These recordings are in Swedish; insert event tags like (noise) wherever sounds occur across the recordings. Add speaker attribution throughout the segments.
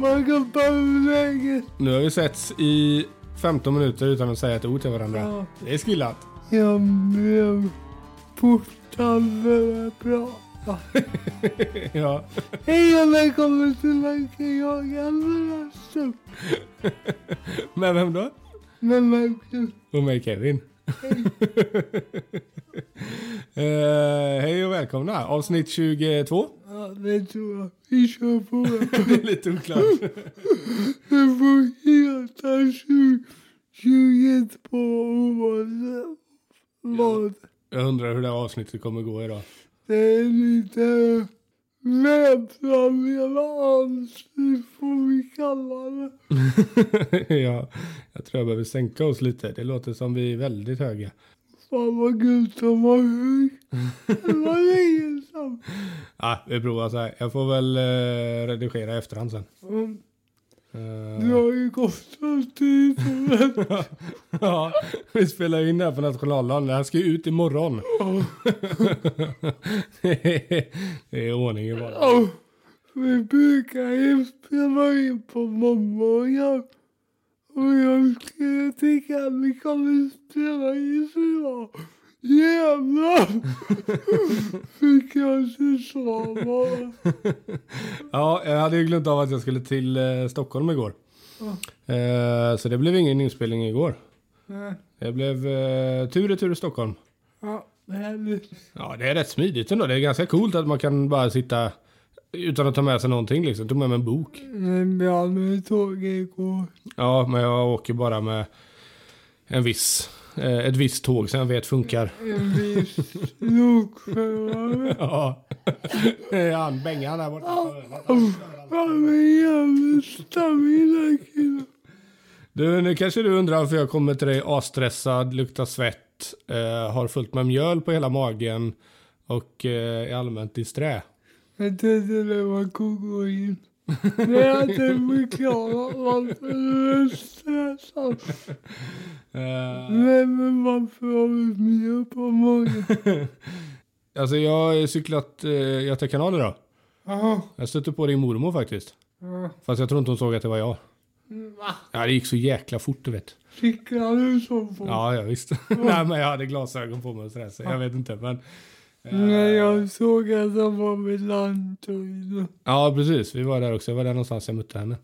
Speaker 1: Man kan ta hur länge.
Speaker 2: Nu har vi setts i 15 minuter utan att säga ett ord till varandra.
Speaker 1: Ja.
Speaker 2: Det är skillat. (laughs)
Speaker 1: Jag blev portad för att prata.
Speaker 2: ja.
Speaker 1: Hej och välkommen till Verkligen jag, Alvarezsen.
Speaker 2: Men vem då?
Speaker 1: Med Marcus.
Speaker 2: Och mig Kevin. (laughs) Eh, hej och välkomna. Avsnitt 22.
Speaker 1: Ja, det tror jag. Vi kör på det.
Speaker 2: (laughs) det är lite oklart.
Speaker 1: Det får heta 20 21 på oavsett vad.
Speaker 2: Jag undrar hur det här avsnittet kommer gå idag. (laughs)
Speaker 1: Det är lite medframleda ansikte får vi kalla det.
Speaker 2: ja, jag tror jag behöver sänka oss lite. Det låter som vi är väldigt höga.
Speaker 1: Fan vad gött att vara hög. Det var länge sedan.
Speaker 2: Ah, vi provar så här. Jag får väl eh, redigera i efterhand sen.
Speaker 1: Mm,
Speaker 2: Eh,
Speaker 1: Du har ju kostat tid och rätt.
Speaker 2: (laughs) ja, vi spelar in det här på nationaldagen. Det här ska ju ut imorgon. det är ordningen bara.
Speaker 1: Ja, Vi brukar ju spela in på måndagar. Och jag skulle tänka att vi kommer spela in så idag. Jävlar! Fick jag känslan av.
Speaker 2: Ja, jag hade ju glömt av att jag skulle till eh, Stockholm igår.
Speaker 1: Ja.
Speaker 2: Eh, så det blev ingen inspelning igår.
Speaker 1: Nej,
Speaker 2: Det blev eh, tur i tur i Stockholm.
Speaker 1: Ja, härligt.
Speaker 2: Ja, det är rätt smidigt ändå. Det är ganska coolt att man kan bara sitta utan att ta med sig någonting liksom. Tog med mig en bok.
Speaker 1: Det blev med tåget igår.
Speaker 2: Ja, men jag åker bara med en viss, eh, ett visst tåg som jag vet funkar.
Speaker 1: En viss lokförare.
Speaker 2: Ja. (laughs) Eh, Han, Bengan där borta.
Speaker 1: Han är jävligt stabila killar.
Speaker 2: Du, nu kanske du undrar varför jag kommer till dig asstressad, luktar svett, eh, har fullt med mjöl på hela magen och eh, är allmänt disträ.
Speaker 1: Jag tänkte det var kokain. Men jag tänkte förklara varför du är stressad.
Speaker 2: Eh,
Speaker 1: Nej men varför har vi mjöl på magen?
Speaker 2: alltså jag har cyklat eh, Göta kanal idag.
Speaker 1: Ja,
Speaker 2: Jag stötte på din mormor faktiskt.
Speaker 1: ja.
Speaker 2: Fast jag tror inte hon såg att det var jag.
Speaker 1: Va?
Speaker 2: Ja, det gick så jäkla fort du vet.
Speaker 1: Cyklar du så fort?
Speaker 2: Ja, ja visst. (laughs) Nej, men jag hade glasögon på mig och sådär, så jag vet inte. Men, eh,
Speaker 1: Nej jag såg att han var vid Lantorget.
Speaker 2: Ja, precis. Vi var där också. Det var där någonstans jag mötte henne.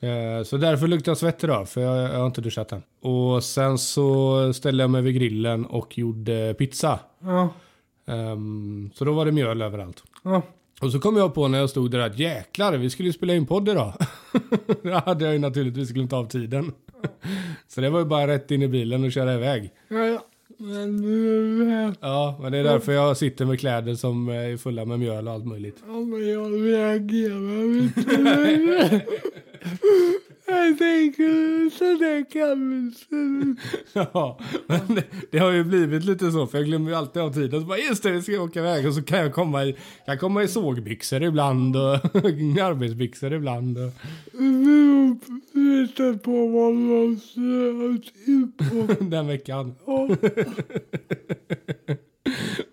Speaker 2: Eh, Så därför luktar jag svett idag, för jag, jag har inte duschat än. Och sen så ställde jag mig vid grillen och gjorde pizza.
Speaker 1: Ja,
Speaker 2: Ehm, så då var det mjöl överallt.
Speaker 1: ja.
Speaker 2: Och så kom jag på när jag stod där att jäklar, vi skulle ju spela in podd idag. (laughs) Då hade jag ju naturligtvis glömt av tiden. (laughs) så det var ju bara rätt in i bilen och köra iväg.
Speaker 1: Ja, ja. Men nu är vi här.
Speaker 2: Ja, men det är därför jag sitter med kläder som är fulla med mjöl och allt möjligt.
Speaker 1: Ja, men jag reagerar inte längre. (laughs) Jag tänker sådär kan vi inte.
Speaker 2: (laughs) Ja, men det, det har ju blivit lite så, för jag glömmer ju alltid av tiden. Så bara, just det, vi ska åka iväg och så kan jag komma i, jag kommer i sågbyxor ibland och (laughs) arbetsbyxor ibland. Och,
Speaker 1: Nu litar på vad man ser till på.
Speaker 2: den veckan.
Speaker 1: Ja,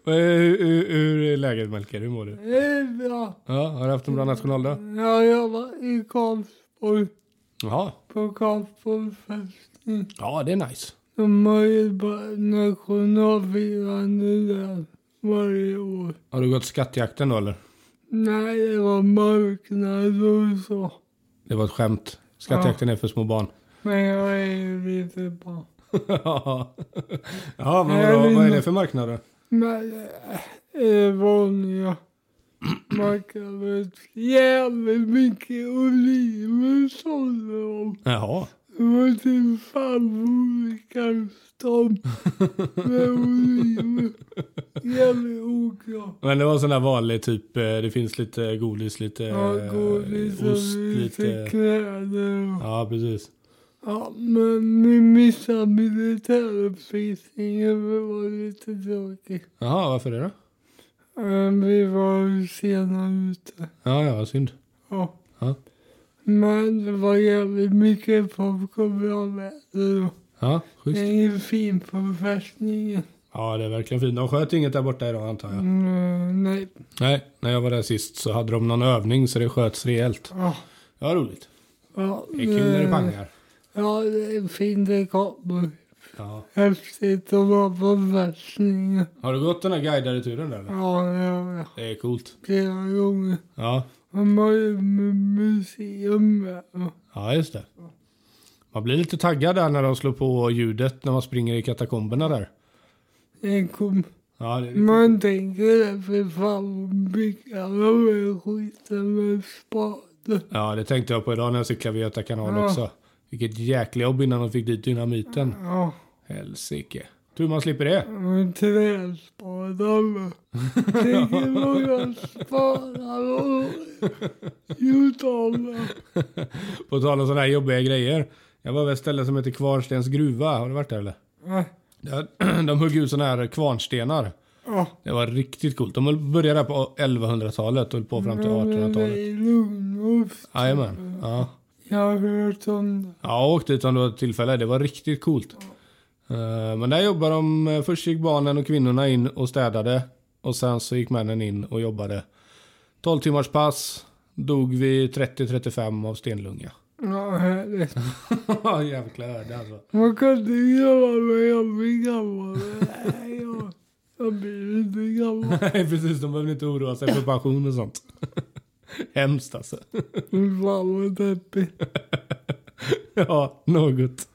Speaker 2: Och Hur, hur, Eh, hur är läget Melker? Hur mår du?
Speaker 1: det är bra.
Speaker 2: Ja, har du haft en bra nationaldag?
Speaker 1: Jag jobbar i Karlsborg
Speaker 2: Jaha.
Speaker 1: på Karlsborgs fästning.
Speaker 2: Ja, det är nice.
Speaker 1: De har ju bara nationalfirande där varje år.
Speaker 2: Har du gått skattjakten då eller?
Speaker 1: Nej, det var marknad och så.
Speaker 2: Det var ett skämt. Skattjakten är för små barn. (laughs)
Speaker 1: Men jag är ju lite bra.
Speaker 2: ja, men vadå, vad är det för marknad då?
Speaker 1: Men eh, det vanliga. Man kan väl jävligt mycket oliver sålde de.
Speaker 2: Jaha.
Speaker 1: Det var typ fem olika stånd med oliver. Jävligt oklart.
Speaker 2: Men det var sån där vanlig typ, eh, det finns lite godis, lite
Speaker 1: Ja,
Speaker 2: eh,
Speaker 1: godis
Speaker 2: ost,
Speaker 1: och lite
Speaker 2: lite...
Speaker 1: liksom kläder. och-
Speaker 2: Ja, precis.
Speaker 1: Ja, men vi missade militäruppvisningen. Det var lite tråkigt.
Speaker 2: Jaha, varför det då?
Speaker 1: Eh, Vi var sena ute.
Speaker 2: Ja, ja, synd.
Speaker 1: Ja.
Speaker 2: Ja.
Speaker 1: Men det var jävligt mycket folk och bra väder. och
Speaker 2: Ja,
Speaker 1: Det
Speaker 2: schysst.
Speaker 1: är ju fin på fästningen.
Speaker 2: Ja, det är verkligen fint. De sköt inget där borta idag antar jag.
Speaker 1: Mm, nej.
Speaker 2: Nej, när jag var där sist så hade de någon övning så det sköts rejält.
Speaker 1: Ja.
Speaker 2: Det var roligt.
Speaker 1: Ja, eh,
Speaker 2: Det är kul när det pangar.
Speaker 1: Ja, det är fint det kommer.
Speaker 2: Ja.
Speaker 1: Häftigt att vara på Västlinge.
Speaker 2: Har du gått den här guidade turen där eller?
Speaker 1: Ja, det har jag
Speaker 2: Det är coolt.
Speaker 1: flera gånger.
Speaker 2: Ja.
Speaker 1: Man har ju mu- museum med.
Speaker 2: Ja, just det. Man blir lite taggad där när de slår på ljudet när man springer i katakomberna där.
Speaker 1: Det kom.
Speaker 2: Ja, det är riktigt.
Speaker 1: Man tänker att för fan vad byggarna med skiten med spade.
Speaker 2: ja, det tänkte jag på idag när jag cyklade vid Göta kanal
Speaker 1: Ja.
Speaker 2: också. Vilket jäkla jobb innan de fick dit dynamiten.
Speaker 1: Ja,
Speaker 2: Helsike. Tur man slipper det.
Speaker 1: men träspadar med. Tänker (laughs) många spadar och ljudtavlor.
Speaker 2: På tal om sådana här jobbiga grejer. Jag var vid ett ställe som heter Kvarnstens gruva. Har du varit där eller?
Speaker 1: Ja,
Speaker 2: Där- (clears throat) De hugger ut sådana här kvarnstenar.
Speaker 1: ja.
Speaker 2: Det var riktigt coolt. De började där på 1100-talet och höll på fram till
Speaker 1: Mm, Men Det
Speaker 2: 1800-talet.
Speaker 1: är lugnt.
Speaker 2: Jajamän. Ja.
Speaker 1: Jag har hört om det.
Speaker 2: Ja, jag åkte dit om det var ett tillfälle. Det var riktigt coolt. Eh, Men där jobbade de. eh, Först gick barnen och kvinnorna in och städade. Och sen så gick männen in och jobbade. 12 timmars pass. Dog vid 30-35 av stenlunga.
Speaker 1: Ja, härligt.
Speaker 2: Jävla öde alltså.
Speaker 1: Man kan inte göra mig, jag blir gammal. Nej, jag, jag blir inte gammal.
Speaker 2: (laughs) Nej precis, de behöver inte oroa sig för pension och sånt. (laughs) Hemskt alltså. (laughs)
Speaker 1: Fy fan vad deppigt.
Speaker 2: Ja, något.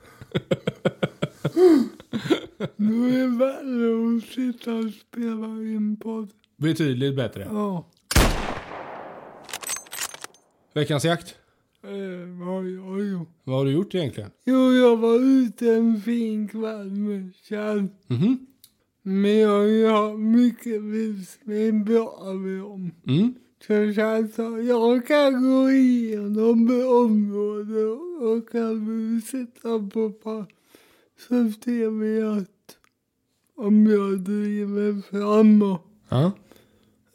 Speaker 1: Nu är det värre att sitta och spela in podd.
Speaker 2: Betydligt bättre.
Speaker 1: Ja,
Speaker 2: Veckans jakt.
Speaker 1: eh, vad jag gjort.
Speaker 2: Vad har du gjort egentligen?
Speaker 1: Jo, jag var ute en fin kväll med Kjell.
Speaker 2: Mhm.
Speaker 1: Men jag har mycket visst med bra med om.
Speaker 2: Mm.
Speaker 1: Så Kjell sa, jag kan gå igenom området och kan vi sitta på par. Så ser vi att om jag driver framåt.
Speaker 2: Ja.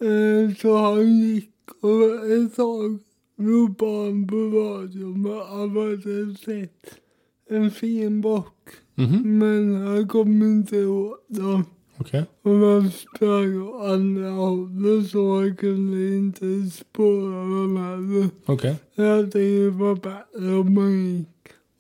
Speaker 1: Eh, Så han gick och ett tag ropade han på radion men han hade sett en fin bock.
Speaker 2: Mhm.
Speaker 1: Men han kom inte åt dem.
Speaker 2: Okej.
Speaker 1: Och han sprang åt andra hållet så han kunde inte spåra dem heller.
Speaker 2: Okej.
Speaker 1: Jag tänkte det var bättre om han gick.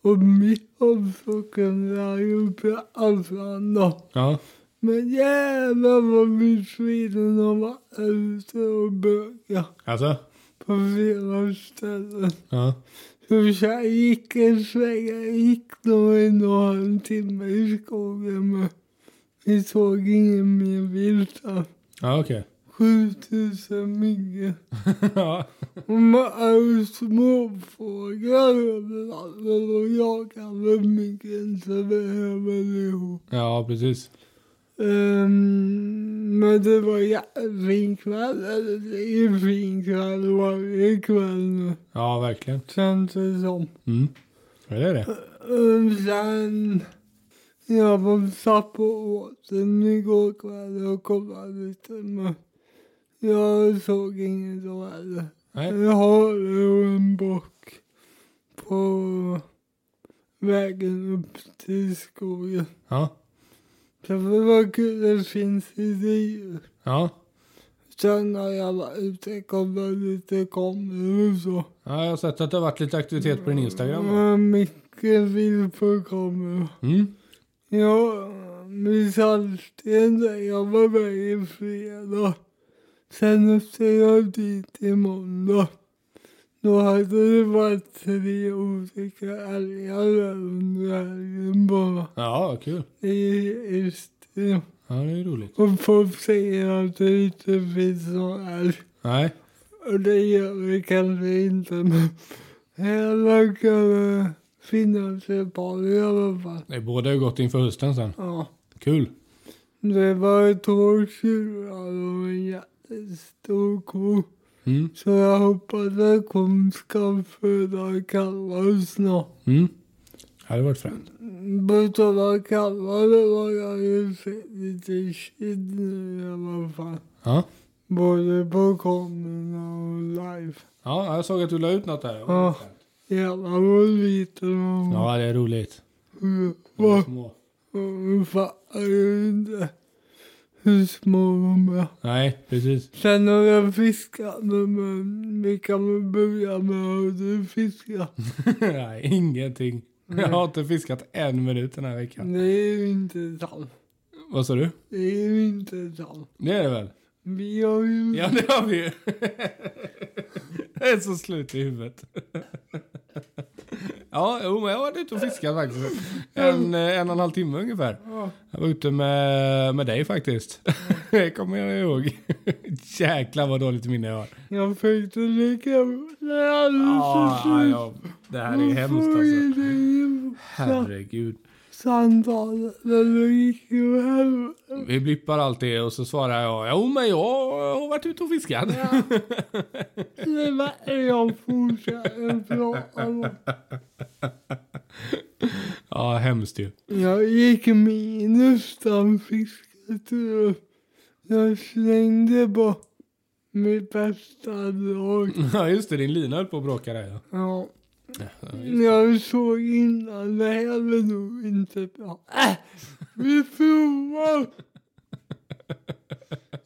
Speaker 1: Och mitt hopp så kunde han ju prata fram dem.
Speaker 2: Ja.
Speaker 1: Men jävlar vad vildsvinen har varit ute och bökat
Speaker 2: Alltså.
Speaker 1: på flera ställen.
Speaker 2: Ja.
Speaker 1: Så jag gick en sväng, jag gick nog en och en halv timme i skogen men vi såg ingen mer vilt där.
Speaker 2: Ja, okej.
Speaker 1: 7000 myggen.
Speaker 2: ja.
Speaker 1: Och man är ju småfåglar överallt och de jagar väl myggen så behöver det ihop.
Speaker 2: ja, precis.
Speaker 1: Ehm, men det var jättefin kväll. Eller det är ju en fin kväll varje kväll nu,
Speaker 2: Ja, verkligen.
Speaker 1: känns det som.
Speaker 2: Mm. Ja, det är det.
Speaker 1: Ehm, sen... Jag var satt på åten igår kväll och kollade lite men jag såg inget då heller.
Speaker 2: Nej.
Speaker 1: Jag har ju en bock på vägen upp till skogen.
Speaker 2: Ja.
Speaker 1: Så det var kul, det finns idéer.
Speaker 2: Ja.
Speaker 1: Sen när jag var ute kom det lite kameror och så.
Speaker 2: Ja, jag har sett att det har varit lite aktivitet på din Instagram. va?
Speaker 1: Ja, mycket film på kameror.
Speaker 2: Mm.
Speaker 1: Ja, med Saltsten där jag var med i fredag. Sen åkte jag dit i måndag. Då hade det varit tre olika älgar där under helgen bara.
Speaker 2: Ja, kul.
Speaker 1: I Öster.
Speaker 2: Ja, det är ju roligt.
Speaker 1: Och folk säger att det inte finns någon älg.
Speaker 2: Nej.
Speaker 1: Och det gör vi kanske inte, men här verkar det finnas ett par i alla fall.
Speaker 2: Det är båda ju gått inför hösten sen.
Speaker 1: Ja.
Speaker 2: Kul.
Speaker 1: Det var två tjurar och en jättestor ko.
Speaker 2: Mm.
Speaker 1: Så jag hoppas att kon ska föda kalvar snart.
Speaker 2: Mm. Ja, det har varit fränt.
Speaker 1: På sådana kalvar det har jag ju sett lite shit nu i alla fall.
Speaker 2: Ja.
Speaker 1: Både på kamerorna och live.
Speaker 2: ja, jag såg att du la ut något där.
Speaker 1: Ja. Jävlar vad liten hon var.
Speaker 2: Ja, det är roligt.
Speaker 1: Mm.
Speaker 2: De är
Speaker 1: Vad-
Speaker 2: små.
Speaker 1: Hon fattar ju inte hur små de är.
Speaker 2: Nej, precis. (laughs)
Speaker 1: Sen har jag fiskat dem, men vi kan väl börja med att du fiskar.
Speaker 2: Nej, ingenting. Jag har inte fiskat en minut den här veckan.
Speaker 1: Det är ju inte sant.
Speaker 2: Vad sa du?
Speaker 1: Det är ju inte sant.
Speaker 2: Det är det väl?
Speaker 1: Vi har ju...
Speaker 2: Ja, det har vi ju. Jag är så slut i huvudet. Ja, jo, men jag har varit ute och fiskat faktiskt. En, eh, en och en halv timme ungefär.
Speaker 1: Ja.
Speaker 2: Jag var ute med, med dig faktiskt. Det kommer jag ihåg. Jäklar vad dåligt minne jag har.
Speaker 1: Jag fick det lika Det är alldeles
Speaker 2: Ah,
Speaker 1: för
Speaker 2: ja, det här är hemskt alltså. Herregud.
Speaker 1: Samtalet, men det gick ju hem.
Speaker 2: (laughs) Vi blippar allt det och så svarar jag jo men jag har varit ute och fiskat.
Speaker 1: Det var jag fortsatte prata om.
Speaker 2: Ja, hemskt ju.
Speaker 1: Jag gick minus den fisketuren. Jag slängde på mitt bästa drag.
Speaker 2: Ja, just det. Din lina höll på att bråka där ja.
Speaker 1: Ja.
Speaker 2: Ja, just det.
Speaker 1: Jag såg innan, det här blir nog inte bra. Äh, vi provar!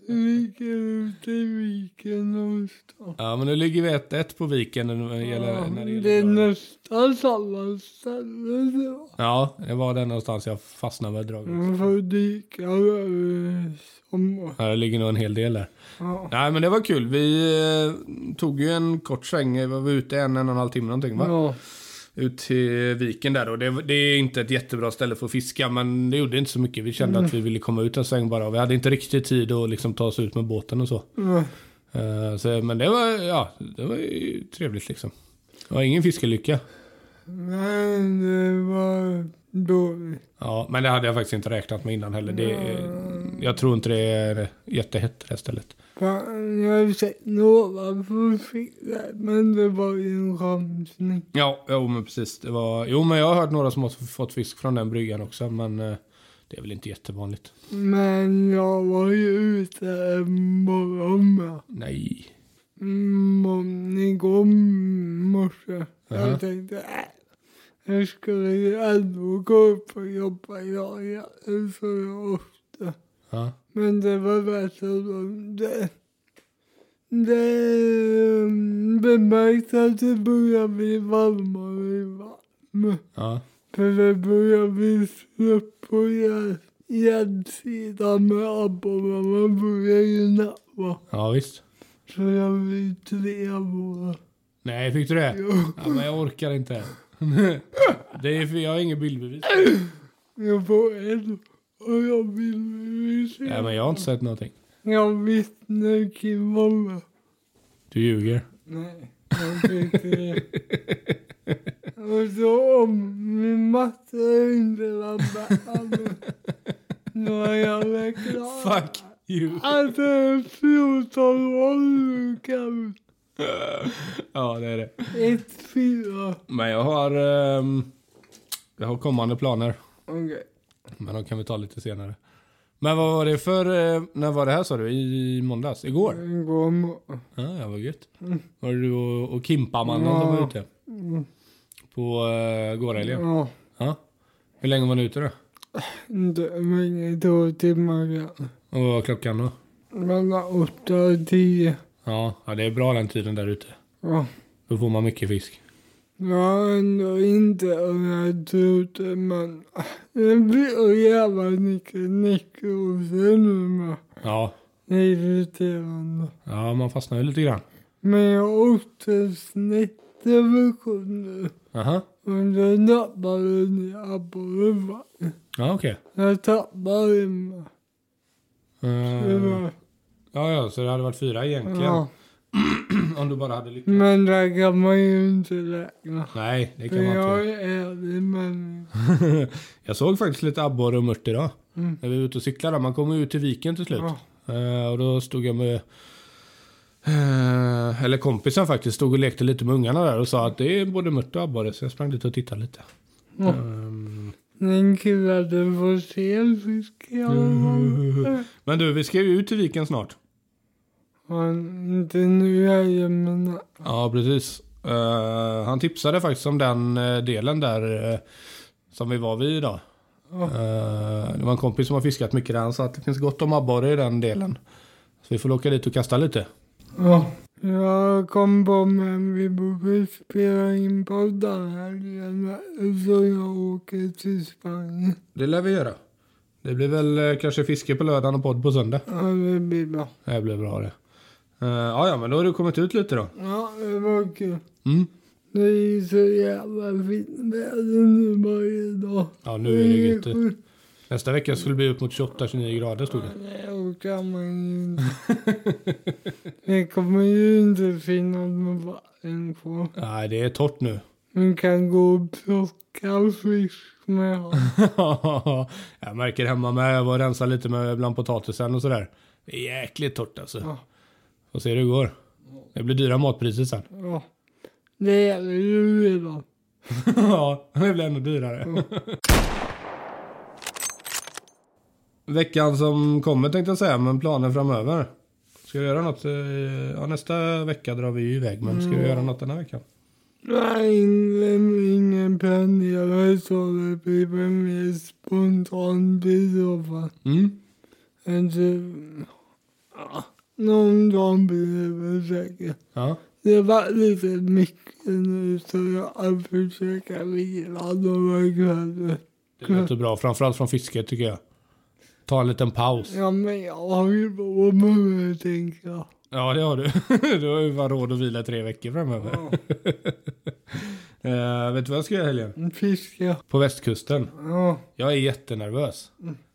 Speaker 1: Ligger ute i viken någonstans.
Speaker 2: Ja, men nu ligger vi 1-1 på viken när det gäller... När det
Speaker 1: det är
Speaker 2: gäller drag.
Speaker 1: nästan samma ställe det var.
Speaker 2: ja, det var där någonstans jag fastnade med draget.
Speaker 1: Man får dyka över sommar.
Speaker 2: Ja, det ligger nog en hel del där.
Speaker 1: Ja.
Speaker 2: Nej, men det var kul. Vi eh, tog ju en kort sväng. Vi var ute en, en och en halv timme någonting va?
Speaker 1: Ja.
Speaker 2: Ut till viken där och det, det är inte ett jättebra ställe för att fiska men det gjorde inte så mycket. Vi kände
Speaker 1: Mm.
Speaker 2: att vi ville komma ut en sväng bara. Vi hade inte riktigt tid att liksom ta oss ut med båten och så.
Speaker 1: Ja.
Speaker 2: Eh, så men det var, ja, det var ju trevligt liksom. Det var ingen fiskelycka.
Speaker 1: Men det var dåligt.
Speaker 2: Ja, men det hade jag faktiskt inte räknat med innan heller. Det, är- jag tror inte det är jättehett det här stället.
Speaker 1: Fan, jag har sett några på filmen, men det var ju en chansning.
Speaker 2: Ja, jo men precis. Det var, jo men jag har hört några som har fått fisk från den bryggan också men eh, det är väl inte jättevanligt.
Speaker 1: Men jag var ju ute en morgon med.
Speaker 2: Nej.
Speaker 1: Mm, igår morse.
Speaker 2: Jaha.
Speaker 1: Jag tänkte, äh, jag skulle ju ändå gå upp och jobba idag. Jag är så jag ofta.
Speaker 2: Ja.
Speaker 1: Men det var bättre då. Det, det mm, bemärkte att det började bli varmare i Malmö.
Speaker 2: Ja.
Speaker 1: För det börjar bli släpp på hjäl- hjälpsidan med abborrarna. Man börjar ju nappa.
Speaker 2: ja, visst.
Speaker 1: Så jag blir tre abborrar.
Speaker 2: Nej, fick du det?
Speaker 1: Jag,
Speaker 2: Ja, men jag orkar (laughs) inte. det är för jag har ingen bildbevis.
Speaker 1: jag får en och jag vill bevisa.
Speaker 2: Nej, men jag har inte sett någonting.
Speaker 1: Jag vittnar till mamma.
Speaker 2: Du ljuger.
Speaker 1: Nej, jag fick det. Och så om min matte inte var bra, då är jag väl klar.
Speaker 2: Fuck you.
Speaker 1: Alltså, 14 år nu kan
Speaker 2: ja, det är det.
Speaker 1: Ett, fyra.
Speaker 2: Men jag har... ehm, jag har kommande planer.
Speaker 1: Okej.
Speaker 2: Men de kan vi ta lite senare. Men vad var det för... eh, när var det här sa du? I måndags? Igår?
Speaker 1: Går morgon.
Speaker 2: Ja, det var gött.
Speaker 1: Mm.
Speaker 2: Var det du och, och Kimpamannen som var ute?
Speaker 1: Mm.
Speaker 2: På uh, Gåraälven?
Speaker 1: Ja.
Speaker 2: Ja. Hur länge var ni ute då?
Speaker 1: Inte mycket. Två timmar grann.
Speaker 2: Och vad var klockan då?
Speaker 1: Mellan åtta och tio.
Speaker 2: Ja, ja, det är bra den tiden där ute.
Speaker 1: Ja.
Speaker 2: Då får man mycket fisk.
Speaker 1: Jag har ändå inte jag trodde, men ah, det blir så jävla mycket nickrosor nu med.
Speaker 2: Ja,
Speaker 1: Det är irriterande.
Speaker 2: ja man fastnar ju lite grann.
Speaker 1: Men jag åkte snett över sjön nu.
Speaker 2: Aha.
Speaker 1: Och då tappade ni abborren.
Speaker 2: Ja, okej.
Speaker 1: Jag tappade mig. Det
Speaker 2: Eh,
Speaker 1: var-
Speaker 2: ja, ja, så det hade varit fyra egentligen.
Speaker 1: Ja.
Speaker 2: Om du bara hade lyckats.
Speaker 1: Men det kan man ju inte räkna.
Speaker 2: Nej, det
Speaker 1: För
Speaker 2: kan man inte. (laughs)
Speaker 1: jag
Speaker 2: göra.
Speaker 1: är ärlig människa.
Speaker 2: Jag såg faktiskt lite abborre och mört idag.
Speaker 1: Mm.
Speaker 2: När vi var ute och cyklade. Man kom ju ut till viken till slut.
Speaker 1: Ja.
Speaker 2: Eh, och då stod jag med... eh, eller kompisen faktiskt. Stod och lekte lite med ungarna där och sa att det är både mört och abborre. Så jag sprang dit och tittade lite.
Speaker 1: Ja.
Speaker 2: Ehm,
Speaker 1: Den killen får se en fisk i
Speaker 2: (laughs)
Speaker 1: alla
Speaker 2: men du, vi ska ju ut till viken snart.
Speaker 1: fall. Inte nu heller, men...
Speaker 2: Ja, precis. Eh, han tipsade faktiskt om den eh, delen där eh, som vi var vid idag. Eh, det var en kompis som har fiskat mycket där. Han sa att det finns gott om abborre i den delen. Så vi får åka dit och kasta lite.
Speaker 1: Ja. Jag kom på men vi borde spela in podden här igen. Så jag åker till Spanien.
Speaker 2: Det lär vi göra. Det blir väl eh, kanske fiske på lördagen och podd på söndag.
Speaker 1: Ja, det blir bra.
Speaker 2: Det blir bra det. Eh, ja, ja, men då har du kommit ut lite då.
Speaker 1: Ja, det var kul.
Speaker 2: Mm.
Speaker 1: Det är så jävla fint väder nu varje dag.
Speaker 2: Ja, nu är det gött. det.
Speaker 1: sjukt.
Speaker 2: Nästa vecka skulle det bli upp mot 28-29 grader stod det.
Speaker 1: Nej, då kan man ju inte. Det kommer ju inte finnas något vatten kvar.
Speaker 2: Nej, det är torrt nu. (laughs)
Speaker 1: Man kan gå och plocka fisk med hand.
Speaker 2: jag märker hemma med. Jag var och rensade lite med bland potatisen och sådär. Det är jäkligt torrt alltså.
Speaker 1: Ja.
Speaker 2: Får se hur det går. Det blir dyra matpriser sen.
Speaker 1: Ja. Det är ju redan.
Speaker 2: (laughs) ja, det blir ännu dyrare. (laughs) Veckan som kommer tänkte jag säga, men planer framöver. Ska du göra något? eh, Ja, nästa vecka drar vi ju iväg, men ska du göra något den här veckan?
Speaker 1: Nej, ingen, ingen planerare så det blir väl mer spontant i så fall.
Speaker 2: Mm.
Speaker 1: Men typ, ja, någon dag blir det väl säkert.
Speaker 2: Ja.
Speaker 1: Det var lite mycket nu så jag försöker vila några kvällar.
Speaker 2: Det låter bra, framförallt från fisket tycker jag. Ta en liten paus.
Speaker 1: Ja, men jag har ju råd med mig, tänker jag.
Speaker 2: Ja, det har du. (laughs) du har ju bara råd att vila tre veckor framöver.
Speaker 1: Mm.
Speaker 2: Eh, vet du vad jag ska göra i helgen?
Speaker 1: Fiska.
Speaker 2: På västkusten.
Speaker 1: Ja,
Speaker 2: Jag är jättenervös.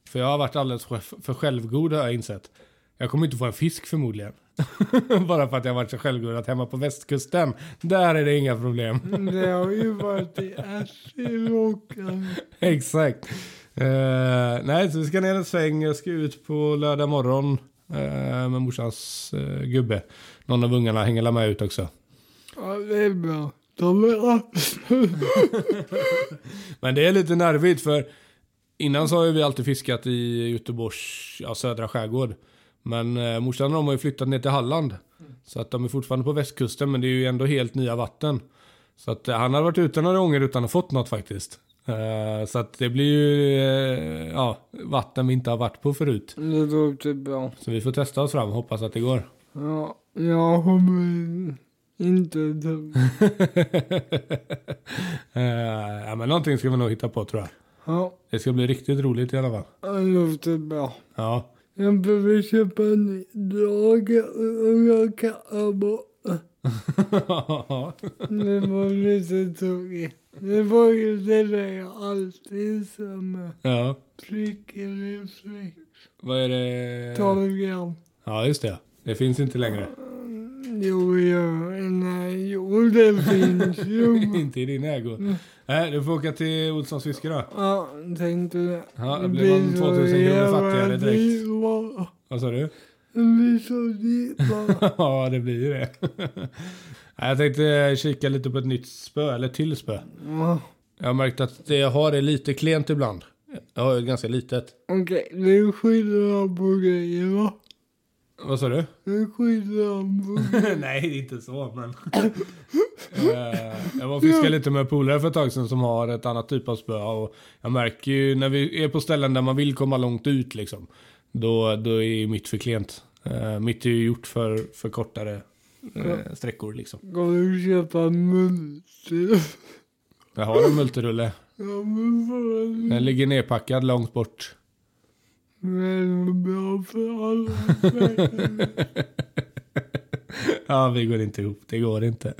Speaker 2: För jag har varit alldeles för, för självgod har jag insett. Jag kommer inte få en fisk förmodligen. (laughs) Bara för att jag har varit så självgod att hemma på västkusten, där är det inga problem. (laughs)
Speaker 1: det har ju varit i Askim och... eh,
Speaker 2: Exakt. Eh, nej, så vi ska ner en sväng. Jag ska ut på lördag morgon eh, med morsans eh, gubbe. Någon av ungarna hänger la med ut också.
Speaker 1: Ja, det är bra. De är (laughs)
Speaker 2: Men det är lite nervigt för innan så har ju vi alltid fiskat i Göteborgs ja, södra skärgård. Men eh, morsan och de har ju flyttat ner till Halland. Så att de är fortfarande på västkusten men det är ju ändå helt nya vatten. Så att eh, han har varit ute några gånger utan att fått något faktiskt. Eh, så att det blir ju eh, ja, vatten vi inte har varit på förut.
Speaker 1: Det låter bra.
Speaker 2: Så vi får testa oss fram, hoppas att det går. (laughs)
Speaker 1: Ja, jag kommer inte dum.
Speaker 2: Eh, ja, men någonting ska vi nog hitta på tror jag.
Speaker 1: Ja,
Speaker 2: Det ska bli riktigt roligt i alla fall.
Speaker 1: det låter bra.
Speaker 2: Ja. (laughs)
Speaker 1: Jag behöver köpa en ny drage och jag kastar bort den. Det var lite tråkigt. Det var ju det där jag alltid sa med
Speaker 2: ja.
Speaker 1: prick eller prick.
Speaker 2: Vad är det?
Speaker 1: Tolv gram.
Speaker 2: Ja, just det. Det finns inte längre.
Speaker 1: Jo, ja, nej, jo, det (laughs) finns ju.
Speaker 2: (laughs) inte i din ägo. Nej, du får åka till Olssons fiske då.
Speaker 1: Ja, tänkte det.
Speaker 2: Ja, då blir man 2000 kronor fattigare direkt.
Speaker 1: direkt.
Speaker 2: Vad sa du? (laughs)
Speaker 1: Det blir så dyrt bara.
Speaker 2: ja, det blir ju det. (laughs) Nej, jag tänkte eh, kika lite på ett nytt spö, eller till spö.
Speaker 1: Ja.
Speaker 2: Jag har märkt att det jag har är lite klent ibland. Jag har ju ganska litet.
Speaker 1: Okej, nu skyller han på grejer va?
Speaker 2: Vad sa du?
Speaker 1: Nu skyller han på grejer.
Speaker 2: (laughs) Nej, det är inte så, men... Eh, jag var och fiskade lite med polare för ett tag sedan som har ett annat typ av spö. Och jag märker ju när vi är på ställen där man vill komma långt ut liksom. Då, då är ju mitt för klent. Eh, mitt är ju gjort för, för kortare eh, sträckor liksom.
Speaker 1: Ska du köpa multi?
Speaker 2: Jag har en multirulle.
Speaker 1: Ja men fan.
Speaker 2: Den ligger nerpackad långt bort.
Speaker 1: Men vad bra för alla.
Speaker 2: Ja, vi går inte ihop. Det går inte.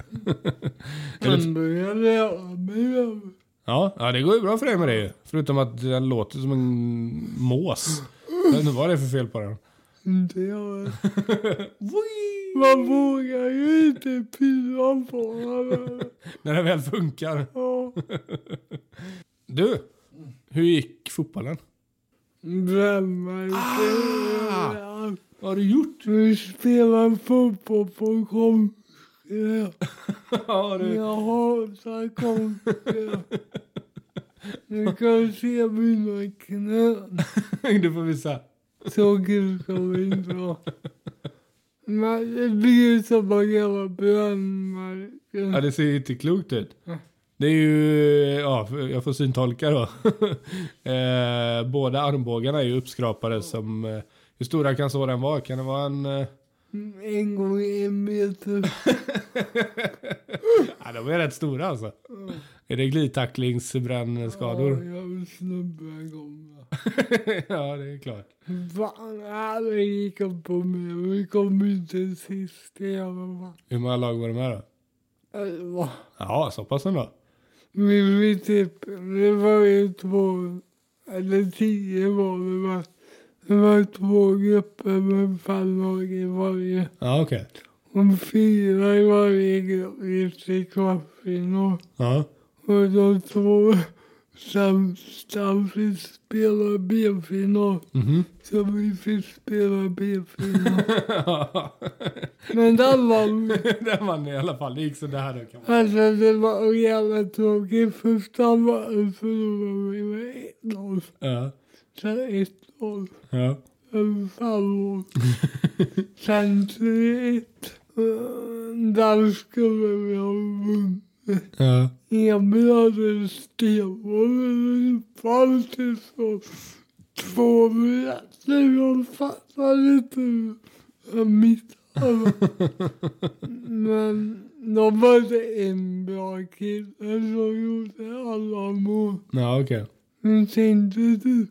Speaker 1: Han börjar lära mig av.
Speaker 2: Ja, ja det går ju bra för dig med det ju. Förutom att den låter som en mås. Jag vet inte vad det är för fel på den.
Speaker 1: Inte jag. Man vågar ju inte pilla på honom.
Speaker 2: När den väl funkar.
Speaker 1: Ja.
Speaker 2: Du, hur gick fotbollen?
Speaker 1: Drömmar. Ah!
Speaker 2: Vad har du gjort? (laughs)
Speaker 1: Vi spelar fotboll på kompisar.
Speaker 2: Ja, (laughs) du...
Speaker 1: Jag hatar kompisar. Ni kan se mina knän.
Speaker 2: du får visa.
Speaker 1: Så kul ska vi inte ha. Men det blir ju som en gammal brandmärke.
Speaker 2: Ja, det ser ju inte klokt ut. Det är ju, ja, jag får syntolka då. (laughs) eh, båda armbågarna är ju uppskrapade som, eh, hur stora kan såren vara? Kan det vara en... Eh,
Speaker 1: En gång en meter.
Speaker 2: ja, de är rätt stora alltså. Är det glidtacklingsbrännskador?
Speaker 1: Ja, jag vill snubba en gång. va.
Speaker 2: (laughs) ja, det är klart.
Speaker 1: Fan, alla gick upp på mig. Vi kom inte sist. Jag bara,
Speaker 2: Hur många lag var det med då?
Speaker 1: alltså, va?
Speaker 2: Ja, så pass ändå.
Speaker 1: Men vi typ, det var ju två, eller tio var det va. Det var två grupper med fem lag i varje.
Speaker 2: Ja, okej.
Speaker 1: Och fyra i varje grupp gick till kvartsfinal.
Speaker 2: Ja.
Speaker 1: Och de två sämsta fick spela B-final.
Speaker 2: (laughs) Mhm.
Speaker 1: Så vi fick spela B-final. Men den vann vi.
Speaker 2: Där vann ni i alla fall. (laughs) Det gick sådär då kan man
Speaker 1: Alltså det var så jävla tråkigt. Första matchen förlorade vi med 1-0.
Speaker 2: Ja.
Speaker 1: Sen 1-0.
Speaker 2: Ja.
Speaker 1: Sen (laughs) 5-0. Sen 3-1. Eh, Där skulle vi ha vunnit.
Speaker 2: Ja.
Speaker 1: Emil hade stenbollen i fallet så två meter. Jag fattade inte hur mitt alla. Men de var det en bra kille som gjorde alla mål.
Speaker 2: Ja, okej.
Speaker 1: Men tänkte du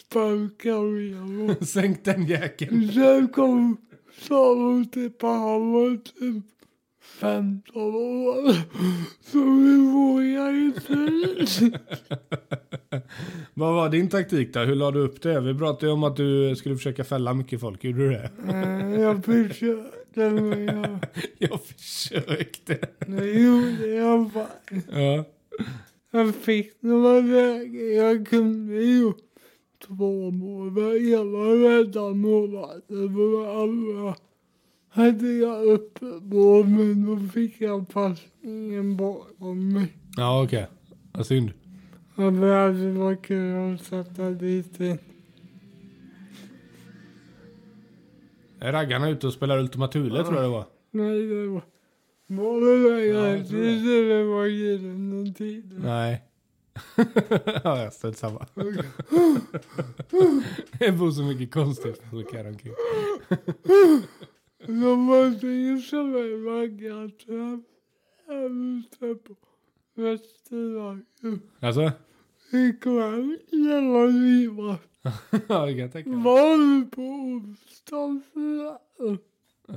Speaker 1: sparka honom.
Speaker 2: Sänk den jäkeln.
Speaker 1: Sen kom Salo typ att han var typ 15 år. Så vi vågade inte.
Speaker 2: Vad var din taktik då? Hur la du upp det? Vi pratade ju om att du skulle försöka fälla mycket folk. Gjorde du det?
Speaker 1: Eh, Jag försökte men jag,
Speaker 2: (laughs) Jag försökte.
Speaker 1: jag gjorde jag fan.
Speaker 2: Ja.
Speaker 1: Jag fick några lägen. Jag kunde ju två mål. Jag var rädda målvakten för det andra. Hade jag uppe mål men då fick jag passningen bakom mig.
Speaker 2: Ja, okej. Vad synd.
Speaker 1: Ja, men alltså, det var kul att sätta dit den.
Speaker 2: Är Raggarna ute och spelar Ultima Thule tror jag det var.
Speaker 1: Nej, det var... Var det där
Speaker 2: Ja,
Speaker 1: jag
Speaker 2: jag tror det.
Speaker 1: tyckte det var gyllene tider?
Speaker 2: Nej. (laughs) ja, jag strunt (laughs) samma. det bor så mycket konstigt folk här omkring.
Speaker 1: De var ju som en raggarträff här ute på restaurangen.
Speaker 2: Alltså?
Speaker 1: Ikväll gäller livet.
Speaker 2: ja, det kan jag tänka mig.
Speaker 1: Var du på onsdag förra?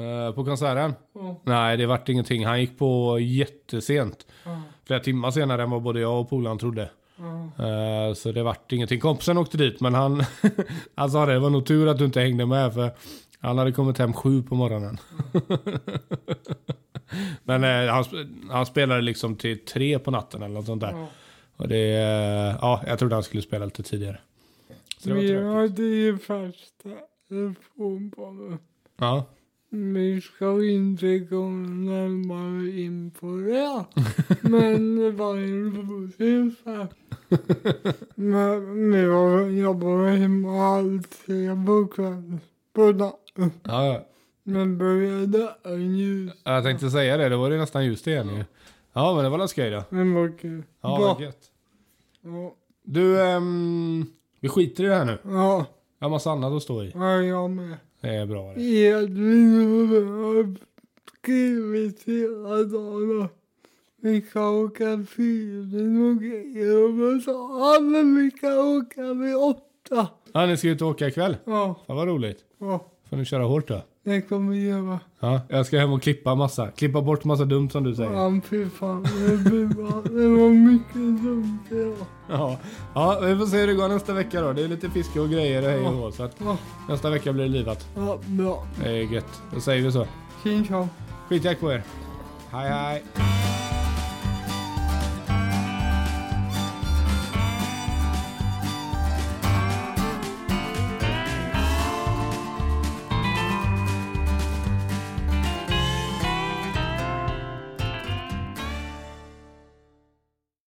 Speaker 2: Eh, på konserten?
Speaker 1: Ja.
Speaker 2: Nej, det vart ingenting. Han gick på jättesent.
Speaker 1: Ja.
Speaker 2: Flera timmar senare än vad både jag och polaren trodde.
Speaker 1: Ja.
Speaker 2: Eh, Så det vart ingenting. Kompisen åkte dit men han, (laughs) han sa det, det var nog tur att du inte hängde med för han hade kommit hem sju på morgonen. (laughs) men eh, han, sp- han spelade liksom till tre på natten eller något sånt där.
Speaker 1: Ja.
Speaker 2: Och det, eh, ja, jag trodde han skulle spela lite tidigare. Så det var
Speaker 1: Vi
Speaker 2: tråkigt.
Speaker 1: hade ju första telefonbollen.
Speaker 2: Ja.
Speaker 1: Vi ska inte gå närmare in på det. Men det var en rolig fest. Men vi var, jag var hemma halv tre på kvällen. På natten.
Speaker 2: Ja, ja.
Speaker 1: Men började ljus.
Speaker 2: jag tänkte säga det, det var det nästan ljust igen ju. Ja men det var väl skoj då.
Speaker 1: Men vad kul.
Speaker 2: Ja,
Speaker 1: Bra.
Speaker 2: vad gött.
Speaker 1: Ja,
Speaker 2: Du, ehm, vi skiter i det här nu.
Speaker 1: ja,
Speaker 2: Jag har massa annat att stå i.
Speaker 1: ja, jag med.
Speaker 2: Det är bra det.
Speaker 1: Edvin har skrivit hela dagarna. Vi kan åka fyren och grejer. Och man sa, ja men vi kan åka vid åtta.
Speaker 2: Ja, ni ska ut och åka ikväll.
Speaker 1: Ja,
Speaker 2: Fan vad roligt.
Speaker 1: ja,
Speaker 2: Får ni köra hårt då?
Speaker 1: det kommer göra.
Speaker 2: Ja, jag ska hem och klippa massa. Klippa bort massa dumt som du säger.
Speaker 1: Ja, fy fan. Det, blir bra. det var mycket dumt idag.
Speaker 2: Ja. ja, vi får se hur det går nästa vecka då. Det är lite fiske och grejer och hej och hå. Så att
Speaker 1: Ja,
Speaker 2: nästa vecka blir det livat.
Speaker 1: ja bra.
Speaker 2: Det är gött. Då säger vi så.
Speaker 1: Tjing tjong.
Speaker 2: Skitjack på er. Hej hej.